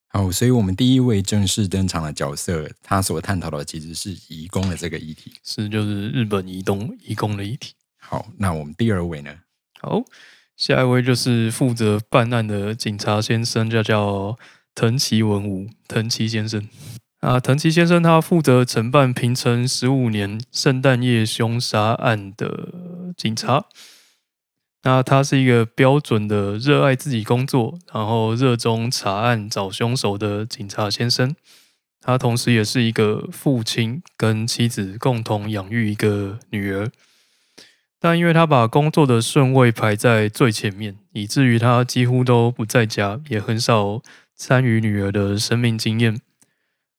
[SPEAKER 2] 好，所以我们第一位正式登场的角色，他所探讨的其实是移工的这个议题。
[SPEAKER 3] 是就是日本移动移工的议题。
[SPEAKER 2] 好，那我们第二位呢？
[SPEAKER 3] 好，下一位就是负责办案的警察先生，叫叫藤崎文吾，藤崎先生。啊，藤崎先生他负责承办平成十五年圣诞夜凶杀案的警察。那他是一个标准的热爱自己工作，然后热衷查案找凶手的警察先生。他同时也是一个父亲，跟妻子共同养育一个女儿。但因为他把工作的顺位排在最前面，以至于他几乎都不在家，也很少参与女儿的生命经验。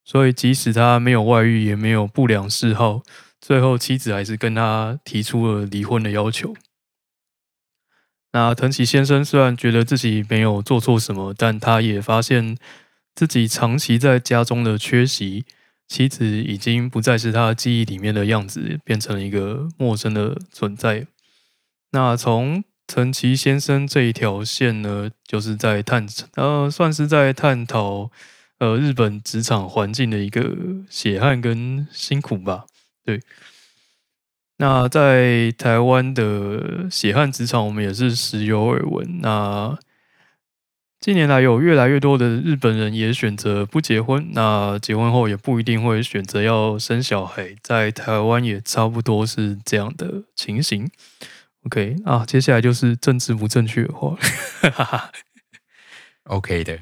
[SPEAKER 3] 所以，即使他没有外遇，也没有不良嗜好，最后妻子还是跟他提出了离婚的要求。那藤崎先生虽然觉得自己没有做错什么，但他也发现自己长期在家中的缺席，妻子已经不再是他记忆里面的样子，变成了一个陌生的存在。那从藤崎先生这一条线呢，就是在探呃，算是在探讨呃日本职场环境的一个血汗跟辛苦吧。对，那在台湾的血汗职场，我们也是时有耳闻。那近年来有越来越多的日本人也选择不结婚，那结婚后也不一定会选择要生小孩，在台湾也差不多是这样的情形。OK 啊，接下来就是政治不正确的话。
[SPEAKER 2] OK 的，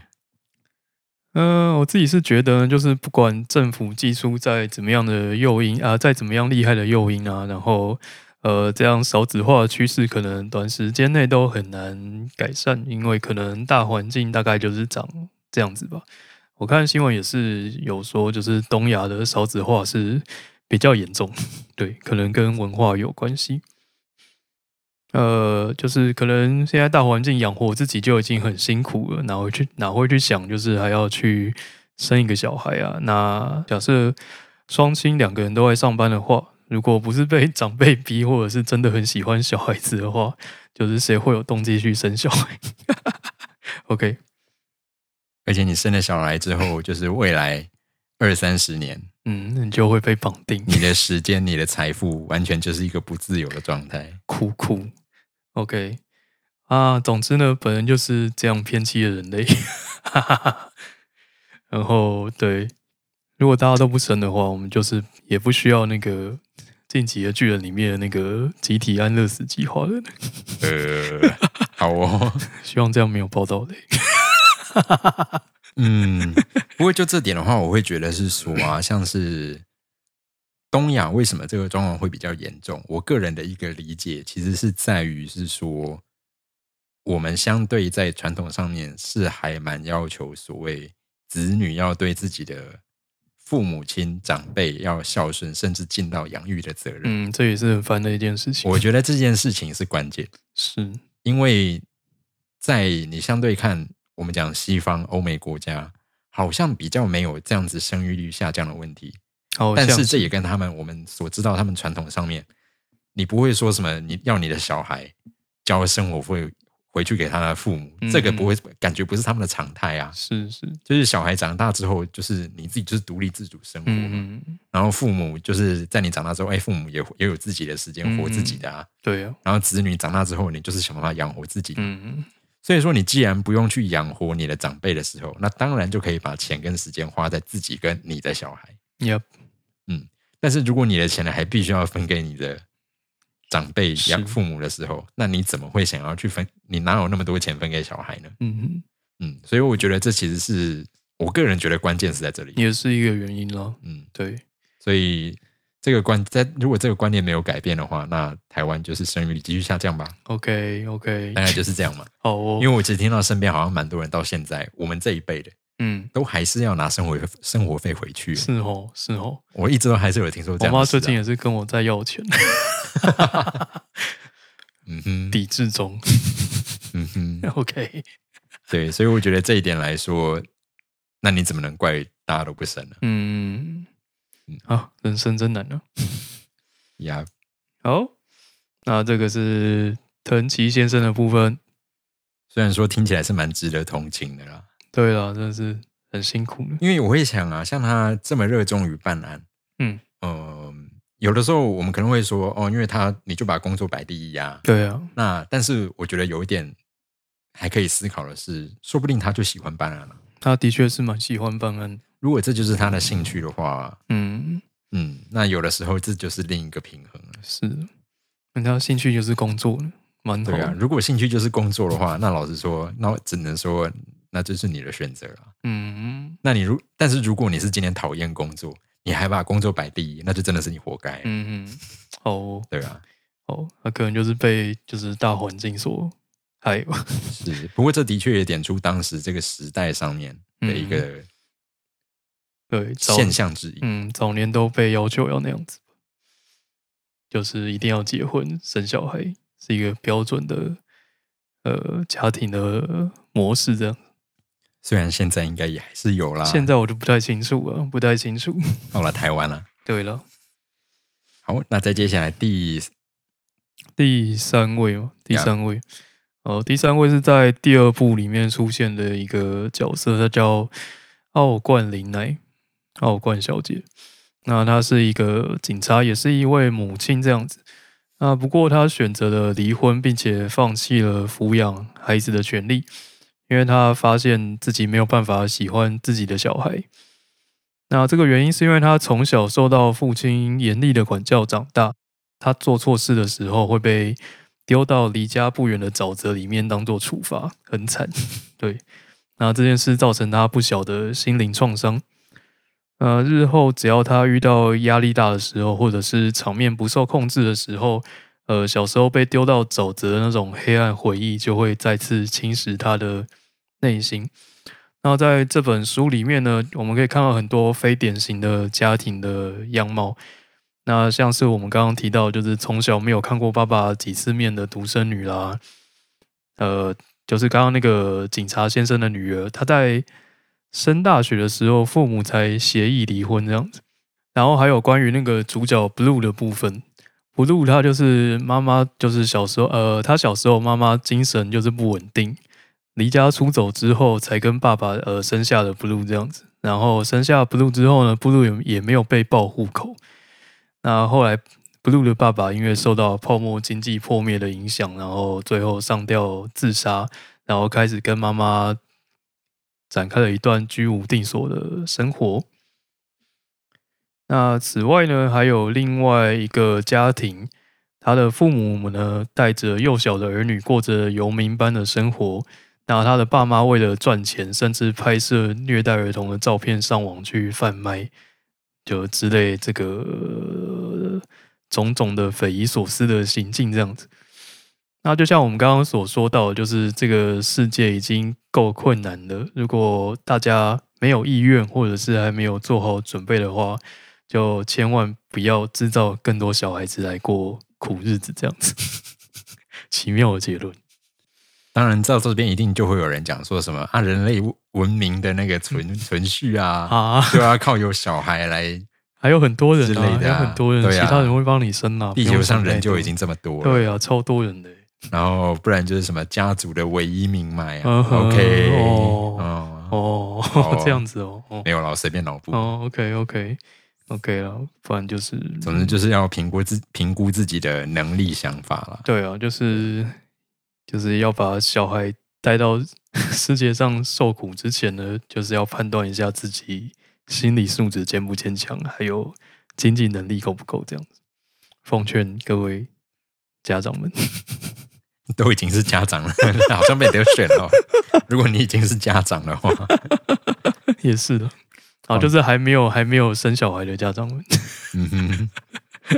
[SPEAKER 3] 嗯、我自己是觉得，就是不管政府寄出再怎么样的诱因啊，再怎么样厉害的诱因啊，然后呃，这样少子化的趋势可能短时间内都很难改善，因为可能大环境大概就是长这样子吧。我看新闻也是有说，就是东亚的少子化是比较严重， 对，可能跟文化有关系。呃，就是可能现在大环境养活自己就已经很辛苦了，哪会去哪会去想，就是还要去生一个小孩啊？那假设双亲两个人都在上班的话，如果不是被长辈逼，或者是真的很喜欢小孩子的话，就是谁会有动机去生小孩 ？OK，
[SPEAKER 2] 而且你生了小孩之后，就是未来二三十年，
[SPEAKER 3] 嗯，你就会被绑定，
[SPEAKER 2] 你的时间、你的财富，完全就是一个不自由的状态。
[SPEAKER 3] 酷酷。OK，啊，总之呢，本人就是这样偏激的人类。 然后对，如果大家都不生的话，我们就是也不需要那个《晋级的巨人》里面的那个集体安乐死计划了。
[SPEAKER 2] 呃，好哦，
[SPEAKER 3] 希望这样没有报道雷。
[SPEAKER 2] 嗯，不过就这点的话，我会觉得是说啊，像是东亚为什么这个状况会比较严重？我个人的一个理解，其实是在于是说，我们相对在传统上面是还蛮要求所谓子女要对自己的父母亲长辈要孝顺，甚至尽到养育的责任。
[SPEAKER 3] 嗯，这也是很烦的一件事情。
[SPEAKER 2] 我觉得这件事情是关键。
[SPEAKER 3] 是，
[SPEAKER 2] 因为在你相对看我们讲西方欧美国家，好像比较没有这样子生育率下降的问题，
[SPEAKER 3] 好
[SPEAKER 2] 但
[SPEAKER 3] 像
[SPEAKER 2] 是这也跟他们我们所知道他们传统上面，你不会说什么你要你的小孩交生活费回去给他的父母，
[SPEAKER 3] 嗯
[SPEAKER 2] 这个不会感觉不是他们的常态啊。
[SPEAKER 3] 是是，
[SPEAKER 2] 就是小孩长大之后，就是你自己就是独立自主生活嘛，
[SPEAKER 3] 嗯嗯，
[SPEAKER 2] 然后父母就是在你长大之后，哎，父母也也有自己的时
[SPEAKER 3] 嗯
[SPEAKER 2] 间活自己的啊。
[SPEAKER 3] 对啊，
[SPEAKER 2] 然后子女长大之后，你就是想办法养活自己，
[SPEAKER 3] 嗯
[SPEAKER 2] 所以说，你既然不用去养活你的长辈的时候，那当然就可以把钱跟时间花在自己跟你的小孩。
[SPEAKER 3] ，Yep，
[SPEAKER 2] 但是如果你的钱呢，还必须要分给你的长辈
[SPEAKER 3] 是
[SPEAKER 2] 养父母的时候，那你怎么会想要去分？你哪有那么多钱分给小孩呢？
[SPEAKER 3] 嗯，
[SPEAKER 2] 嗯，所以我觉得这其实是我个人觉得关键是在这里。
[SPEAKER 3] 也是一个原因啦。
[SPEAKER 2] 嗯，
[SPEAKER 3] 对，
[SPEAKER 2] 所以这个观在如果这个观念没有改变的话，那台湾就是生育率继续下降吧，
[SPEAKER 3] OK OK，
[SPEAKER 2] 大概就是这样嘛。
[SPEAKER 3] 好哦，
[SPEAKER 2] 因为我其实听到身边好像蛮多人到现在，我们这一辈的。
[SPEAKER 3] 嗯，
[SPEAKER 2] 都还是要拿生活生活费回去。
[SPEAKER 3] 是哦是哦，
[SPEAKER 2] 我一直都还是有听说这
[SPEAKER 3] 我
[SPEAKER 2] 样的
[SPEAKER 3] 妈
[SPEAKER 2] 事、
[SPEAKER 3] 最
[SPEAKER 2] 啊。
[SPEAKER 3] 近也是跟我在要 钱，
[SPEAKER 2] 嗯哼，
[SPEAKER 3] 抵制中。
[SPEAKER 2] 嗯哼，
[SPEAKER 3] OK，
[SPEAKER 2] 对，所以我觉得这一点来说，那你怎么能怪大家都不生呢？
[SPEAKER 3] 嗯
[SPEAKER 2] 嗯，
[SPEAKER 3] 啊，人生真难啊。
[SPEAKER 2] 呀，
[SPEAKER 3] 好，那这个是藤崎先生的部分。
[SPEAKER 2] 虽然说听起来是蛮值得同情的啦，
[SPEAKER 3] 对了，真的是很辛苦的。
[SPEAKER 2] 因为我会想啊，像他这么热衷于办案，
[SPEAKER 3] 嗯
[SPEAKER 2] 嗯、有的时候我们可能会说，哦，因为他你就把工作摆第一呀、
[SPEAKER 3] 对啊，
[SPEAKER 2] 那但是我觉得有一点还可以思考的是，说不定他就喜欢办案了、
[SPEAKER 3] 他的确是蛮喜欢办案的。
[SPEAKER 2] 如果这就是他的兴趣的话，
[SPEAKER 3] 嗯，
[SPEAKER 2] 嗯，那有的时候这就是另一个平衡了。
[SPEAKER 3] 是，那他兴趣就是工作了，蛮好
[SPEAKER 2] 对
[SPEAKER 3] 的。
[SPEAKER 2] 啊，如果兴趣就是工作的话，那老实说，那我只能说那就是你的选择了。
[SPEAKER 3] 嗯
[SPEAKER 2] 那你如但是如果你是今天讨厌工作，你还把工作摆第一，那就真的是你活该了。
[SPEAKER 3] 嗯嗯，好哦
[SPEAKER 2] 对啊，
[SPEAKER 3] 好哦，他可能就是被就是大环境所害吧。
[SPEAKER 2] 是。不过这的确也点出当时这个时代上面的一个
[SPEAKER 3] 对，早
[SPEAKER 2] 现象之一。
[SPEAKER 3] 嗯，早年都被要求要那样子，就是一定要结婚生小孩，是一个标准的呃家庭的模式这样。
[SPEAKER 2] 虽然现在应该也还是有啦，
[SPEAKER 3] 现在我就不太清楚了，不太清楚。
[SPEAKER 2] 到了台湾啦。
[SPEAKER 3] 对了，
[SPEAKER 2] 好，那再接下来第
[SPEAKER 3] 第三位嘛，第三位，哦，第三位是在第二部里面出现的一个角色，她叫奥冠林奈，奥冠小姐。那她是一个警察，也是一位母亲这样子。那不过她选择了离婚，并且放弃了抚养孩子的权利，因为她发现自己没有办法喜欢自己的小孩。那这个原因是因为她从小受到父亲严厉的管教长大，他做错事的时候会被丢到离家不远的沼泽里面当做处罚，很惨。 对，那这件事造成他不小的心灵创伤。呃，日后只要他遇到压力大的时候，或者是场面不受控制的时候，呃，小时候被丢到沼泽的那种黑暗回忆就会再次侵蚀他的内心。那在这本书里面呢，我们可以看到很多非典型的家庭的样貌。那像是我们刚刚提到，就是从小没有看过爸爸几次面的独生女啦，呃，就是刚刚那个警察先生的女儿，她在升大学的时候，父母才协议离婚这样子。然后还有关于那个主角 Blue 的部分，Blue 她就是妈妈，就是小时候，呃，她小时候妈妈精神就是不稳定，离家出走之后才跟爸爸呃生下了 Blue 这样子。然后生下 Blue 之后呢，Blue 也也没有被报户口。那后来，Blue 的爸爸因为受到泡沫经济破灭的影响，然后最后上吊自杀，然后开始跟妈妈展开了一段居无定所的生活。那此外呢，还有另外一个家庭，他的父母呢带着幼小的儿女过着游民般的生活。那他的爸妈为了赚钱，甚至拍摄虐待儿童的照片上网去贩卖。就之类这个、呃种种的匪夷所思的行径这样子。那就像我们刚刚所说到的，就是这个世界已经够困难了，如果大家没有意愿或者是还没有做好准备的话，就千万不要制造更多小孩子来过苦日子这样子。 奇妙的结论，
[SPEAKER 2] 当然，到这边一定就会有人讲说什么啊，人类文明的那个存存续啊，
[SPEAKER 3] 啊，
[SPEAKER 2] 就要靠有小孩来。
[SPEAKER 3] 还有很多人
[SPEAKER 2] 之
[SPEAKER 3] 啊，
[SPEAKER 2] 类
[SPEAKER 3] 还
[SPEAKER 2] 的
[SPEAKER 3] 有
[SPEAKER 2] 啊
[SPEAKER 3] 很多人，
[SPEAKER 2] 对
[SPEAKER 3] 其
[SPEAKER 2] 啊
[SPEAKER 3] 他人会帮你生啊。
[SPEAKER 2] 地
[SPEAKER 3] 不
[SPEAKER 2] 球
[SPEAKER 3] 用想
[SPEAKER 2] 上
[SPEAKER 3] 太
[SPEAKER 2] 人就
[SPEAKER 3] 多
[SPEAKER 2] 已经这么多了，嗯
[SPEAKER 3] 对啊，超多人的欸、
[SPEAKER 2] 然后不然就是什么家族的唯一命脉啊。
[SPEAKER 3] 嗯哼
[SPEAKER 2] OK，
[SPEAKER 3] 哦
[SPEAKER 2] 哦，
[SPEAKER 3] 哦，
[SPEAKER 2] 哦
[SPEAKER 3] 这样子哦，哦
[SPEAKER 2] 没有了，我随便脑补。
[SPEAKER 3] 哦，OK OK OK 啊，不然就是，
[SPEAKER 2] 总之就是要评估自评估自己的能力、想法啦。
[SPEAKER 3] 对啊，就是就是要把小孩带到 世界上受苦之前呢，就是要判断一下自己心理素质坚不坚强，还有经济能力够不够这样子。奉劝各位家长们，
[SPEAKER 2] 都已经是家长了， 好像没得选了。如果你已经是家长的话，
[SPEAKER 3] 也是
[SPEAKER 2] 哦
[SPEAKER 3] 的。啊，
[SPEAKER 2] 好
[SPEAKER 3] 就是还没有还没有生小孩的家长 们，
[SPEAKER 2] 嗯哼，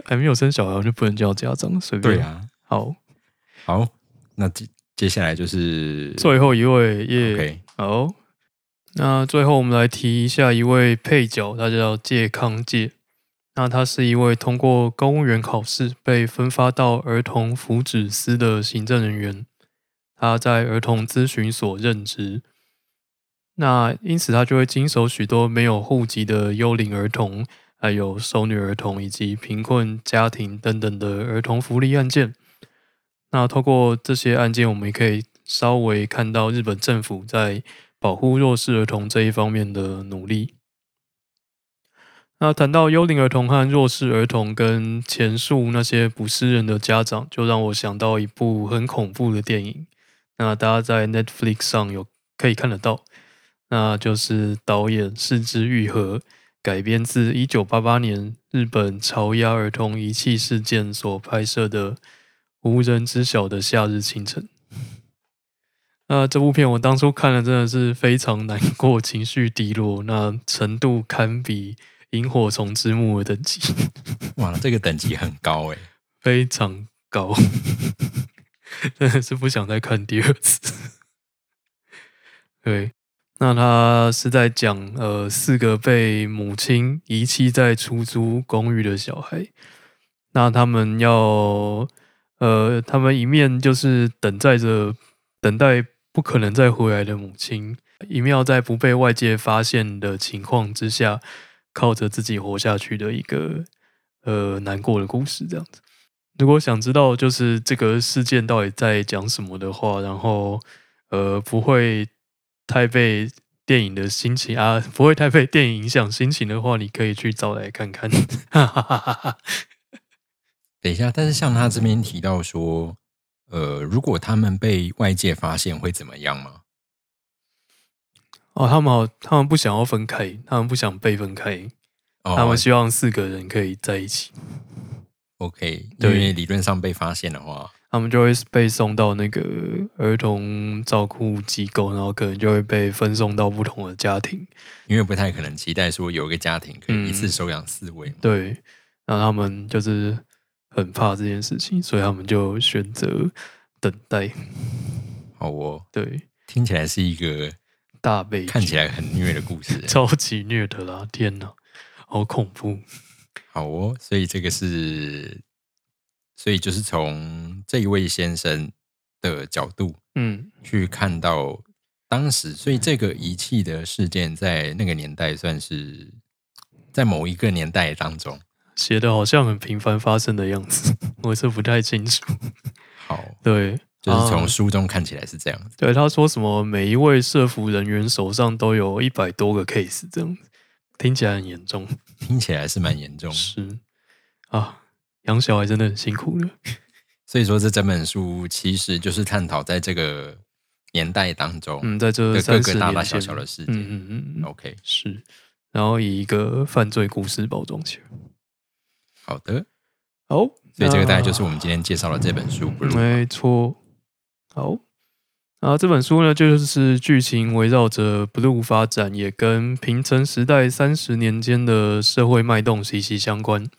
[SPEAKER 3] 还没有生小孩我就不能叫家长，随便。
[SPEAKER 2] 对，啊。
[SPEAKER 3] 好，
[SPEAKER 2] 好，那接接下来就是
[SPEAKER 3] 最后一位耶
[SPEAKER 2] OK，
[SPEAKER 3] 好，那最后我们来提一下一位配角，他叫介康介。那他是一位通过公务员考试被分发到儿童福祉司的行政人员，他在儿童咨询所任职。那因此，他就会经手许多没有户籍的幽灵儿童，还有收女儿童以及贫困家庭等等的儿童福利案件。那透过这些案件，我们也可以稍微看到日本政府在保护弱势儿童这一方面的努力。那谈到幽灵儿童和弱势儿童跟前述那些不是人的家长，就让我想到一部很恐怖的电影。那大家在 Netflix 上有可以看得到，那就是导演四之愈合改编自一九八八年日本朝鸭儿童遗弃事件所拍摄的《无人知晓的夏日清晨》。那这部片我当初看了真的是非常难过，情绪低落，那程度堪比《萤火虫之墓》的等级，
[SPEAKER 2] 哇，这个等级很高哎、
[SPEAKER 3] 非常高， 真的是不想再看第二次。对，那他是在讲呃四个被母亲遗弃在出租公寓的小孩，那他们要呃，他们一面就是等待着等待不可能再回来的母亲，一面要在不被外界发现的情况之下，靠着自己活下去的一个呃难过的故事，这样子。如果想知道就是这个事件到底在讲什么的话，然后呃不会太被电影的心情啊，不会太被电影影响心情的话，你可以去找来看 看。哈哈哈哈哈。
[SPEAKER 2] 等一下，但是像他这边提到说，呃，如果他们被外界发现会怎么样吗？
[SPEAKER 3] 哦，他们好，他们不想要分开，他们不想被分开，
[SPEAKER 2] 哦
[SPEAKER 3] 他们啊希望四个人可以在一起，
[SPEAKER 2] OK，因
[SPEAKER 3] 对
[SPEAKER 2] 为理论上被发现的话，
[SPEAKER 3] 他们就会被送到那个儿童照顾机构，然后可能就会被分送到不同的家庭。
[SPEAKER 2] 因为不太可能期待说有一个家庭可以一次
[SPEAKER 3] 嗯
[SPEAKER 2] 收养四位嘛。
[SPEAKER 3] 对，然后他们就是很怕这件事情，所以他们就选择等待。
[SPEAKER 2] 好哦，
[SPEAKER 3] 对，
[SPEAKER 2] 听起来是一个
[SPEAKER 3] 大悲
[SPEAKER 2] 看起来很虐的故事。
[SPEAKER 3] 超级虐的啦！天哪，好恐怖。
[SPEAKER 2] 好哦，所以这个是，所以就是从这一位先生的角度
[SPEAKER 3] 嗯，
[SPEAKER 2] 去看到当时，所以这个遗弃的事件在那个年代算是在某一个年代当中。
[SPEAKER 3] 写的好像很频繁发生的样子，我是不太清楚。
[SPEAKER 2] 好，
[SPEAKER 3] 对，
[SPEAKER 2] 就是从
[SPEAKER 3] 啊
[SPEAKER 2] 书中看起来是这样子。
[SPEAKER 3] 对，他说什么每一位社服人员手上都有一百多个 case，这样子听起来很严重。
[SPEAKER 2] 听起来是蛮严重的。
[SPEAKER 3] 是啊，养小孩真的很辛苦了。
[SPEAKER 2] 所以说，这整本书其实就是探讨在这个年代当中，
[SPEAKER 3] 嗯，在这
[SPEAKER 2] 各
[SPEAKER 3] 三
[SPEAKER 2] 各
[SPEAKER 3] 十
[SPEAKER 2] 个
[SPEAKER 3] 年
[SPEAKER 2] 大
[SPEAKER 3] 间，
[SPEAKER 2] 大小小的事件。
[SPEAKER 3] 嗯嗯嗯嗯
[SPEAKER 2] OK，
[SPEAKER 3] 是，然后以一个犯罪故事包装起来。
[SPEAKER 2] 好的，
[SPEAKER 3] 好，
[SPEAKER 2] 所以这个大概
[SPEAKER 3] 那哎
[SPEAKER 2] 就是我们今天介绍的这本书《Blue》。
[SPEAKER 3] 没错。好，啊，这本书呢，就是剧情围绕着 Blue 发展，也跟平成时代三十年间的社会脉动息息相关。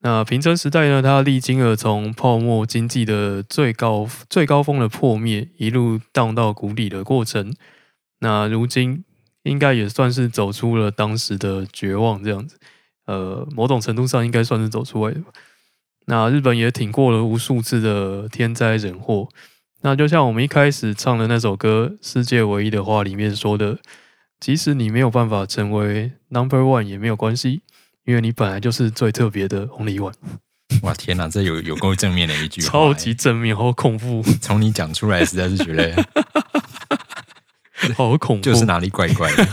[SPEAKER 3] 那平成时代呢，它历经了从泡沫经济的最高最高峰的破灭，一路荡到谷底的过程。那如今应该也算是走出了当时的绝望，这样子。呃，某种程度上应该算是走出来的吧。那日本也挺过了无数次的天灾人祸。那就像我们一开始唱的那首歌《世界唯一的花》里面说的，即使你没有办法成为 number one 也没有关系，因为你本来就是最特别的 only one。
[SPEAKER 2] 哇，天哪，这有有够正面的一句话， 欸
[SPEAKER 3] 超级正面，好恐 怖，
[SPEAKER 2] 从你讲出来，实在是觉 得
[SPEAKER 3] 好恐怖，
[SPEAKER 2] 就是哪里怪怪的。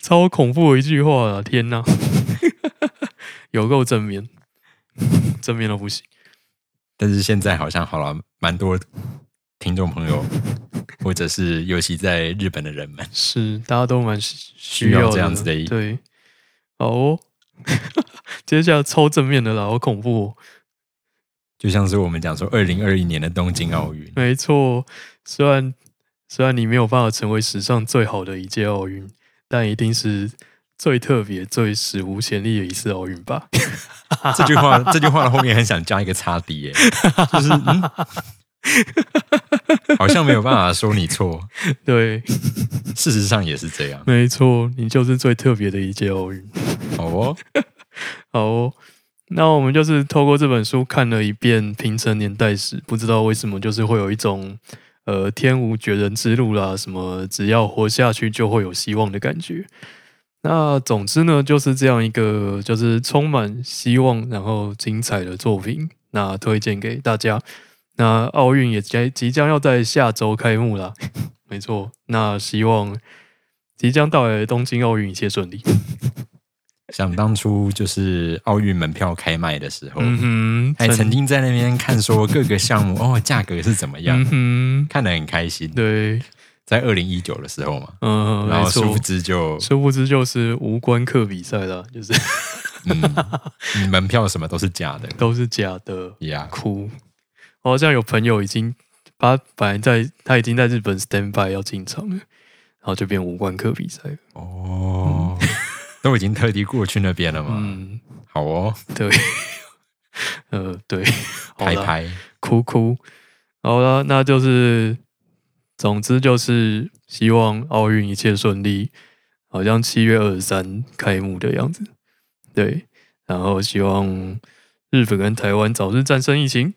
[SPEAKER 3] 超恐怖的一句话啊！天哪， 有够正面，正面到不行。
[SPEAKER 2] 但是现在好像好了，蛮多听众朋友，或者是尤其在日本的人们，
[SPEAKER 3] 是，大家都蛮需
[SPEAKER 2] 需
[SPEAKER 3] 需
[SPEAKER 2] 要
[SPEAKER 3] 要
[SPEAKER 2] 这样子的一
[SPEAKER 3] 对，好哦。 接下来超正面的啦，好恐怖、哦。
[SPEAKER 2] 就像是我们讲说二零二一年的东京奥运，
[SPEAKER 3] 没错，虽然虽然你没有办法成为史上最好的一届奥运，但一定是最特别、最史无前例的一次奥运吧。
[SPEAKER 2] 这句话这句话的后面很想加一个叉 D 耶、 就是嗯， 好像没有办法说你错，
[SPEAKER 3] 对，
[SPEAKER 2] 事实上也是这样。
[SPEAKER 3] 没错，你就是最特别的一届奥运。
[SPEAKER 2] 好哦，
[SPEAKER 3] 好哦、那我们就是透过这本书看了一遍平成年代史，不知道为什么就是会有一种呃天无绝人之路啦，什么只要活下去就会有希望的感觉。那总之呢，就是这样一个就是充满希望然后精彩的作品，那推荐给大家。那奥运也即即将要在下周开幕啦，没错。那希望即将到来的东京奥运一切顺利。
[SPEAKER 2] 想当初就是奥运门票开卖的时候，
[SPEAKER 3] 嗯哼，
[SPEAKER 2] 哦还曾经在那 边看说各个项目哦价格是怎么样，
[SPEAKER 3] 嗯哼，
[SPEAKER 2] 看得很开心。
[SPEAKER 3] 对，
[SPEAKER 2] 在二零一九的时候嘛，
[SPEAKER 3] 嗯，
[SPEAKER 2] 然
[SPEAKER 3] 没
[SPEAKER 2] 后殊
[SPEAKER 3] 错
[SPEAKER 2] 不，知就
[SPEAKER 3] 殊不知就是无关课比赛啦，就是
[SPEAKER 2] 嗯，门票什么都是假的
[SPEAKER 3] 都是假的，
[SPEAKER 2] 呀。
[SPEAKER 3] 哭。我好像有朋友已经把本来在他已经在日本 stand by 要进场了，然后就变无关课比赛了。
[SPEAKER 2] 哦， 都已经特地过去那边了嘛。
[SPEAKER 3] 嗯，
[SPEAKER 2] 好哦，
[SPEAKER 3] 对，呃，对，好
[SPEAKER 2] 拍
[SPEAKER 3] 啦
[SPEAKER 2] 拍
[SPEAKER 3] 哭哭。好了，那就是，总之就是希望奥运一切顺利，好像七月二十三开幕的样子。对，然后希望日本跟台湾早日战胜疫情。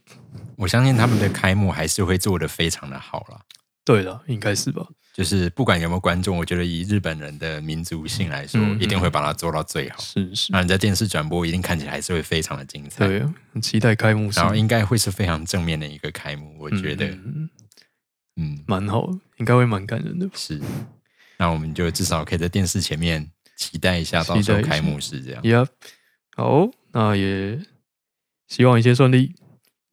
[SPEAKER 2] 我相信他们的开幕还是会做得非常的好啦。
[SPEAKER 3] 对了，应该是吧？
[SPEAKER 2] 就是不管有没有观众，我觉得以日本人的民族性来说，
[SPEAKER 3] 嗯嗯
[SPEAKER 2] 一定会把它做到最好。
[SPEAKER 3] 是是，
[SPEAKER 2] 那你在电视转播一定看起来还是会非常的精彩，
[SPEAKER 3] 对，很期待开幕式
[SPEAKER 2] 然，后应该会是非常正面的一个开幕，我觉得，
[SPEAKER 3] 嗯嗯
[SPEAKER 2] 嗯，
[SPEAKER 3] 蛮好的，应该会蛮感人的吧。
[SPEAKER 2] 是。那我们就至少可以在电视前面期待一下，
[SPEAKER 3] 期待
[SPEAKER 2] 到时候
[SPEAKER 3] 一下
[SPEAKER 2] 开幕式这样。
[SPEAKER 3] Yep，好，那也希望一切顺利。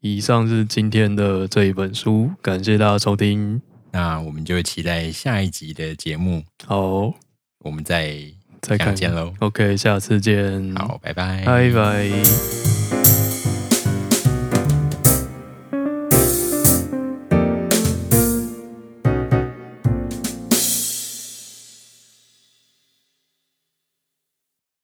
[SPEAKER 3] 以上是今天的这一本书，感谢大家收听。
[SPEAKER 2] 那我们就期待下一集的节目，
[SPEAKER 3] 好，
[SPEAKER 2] 我们再
[SPEAKER 3] 再看
[SPEAKER 2] 相
[SPEAKER 3] 嗯
[SPEAKER 2] 见喽。
[SPEAKER 3] OK，下次见。
[SPEAKER 2] 好，，拜拜，
[SPEAKER 3] 拜拜。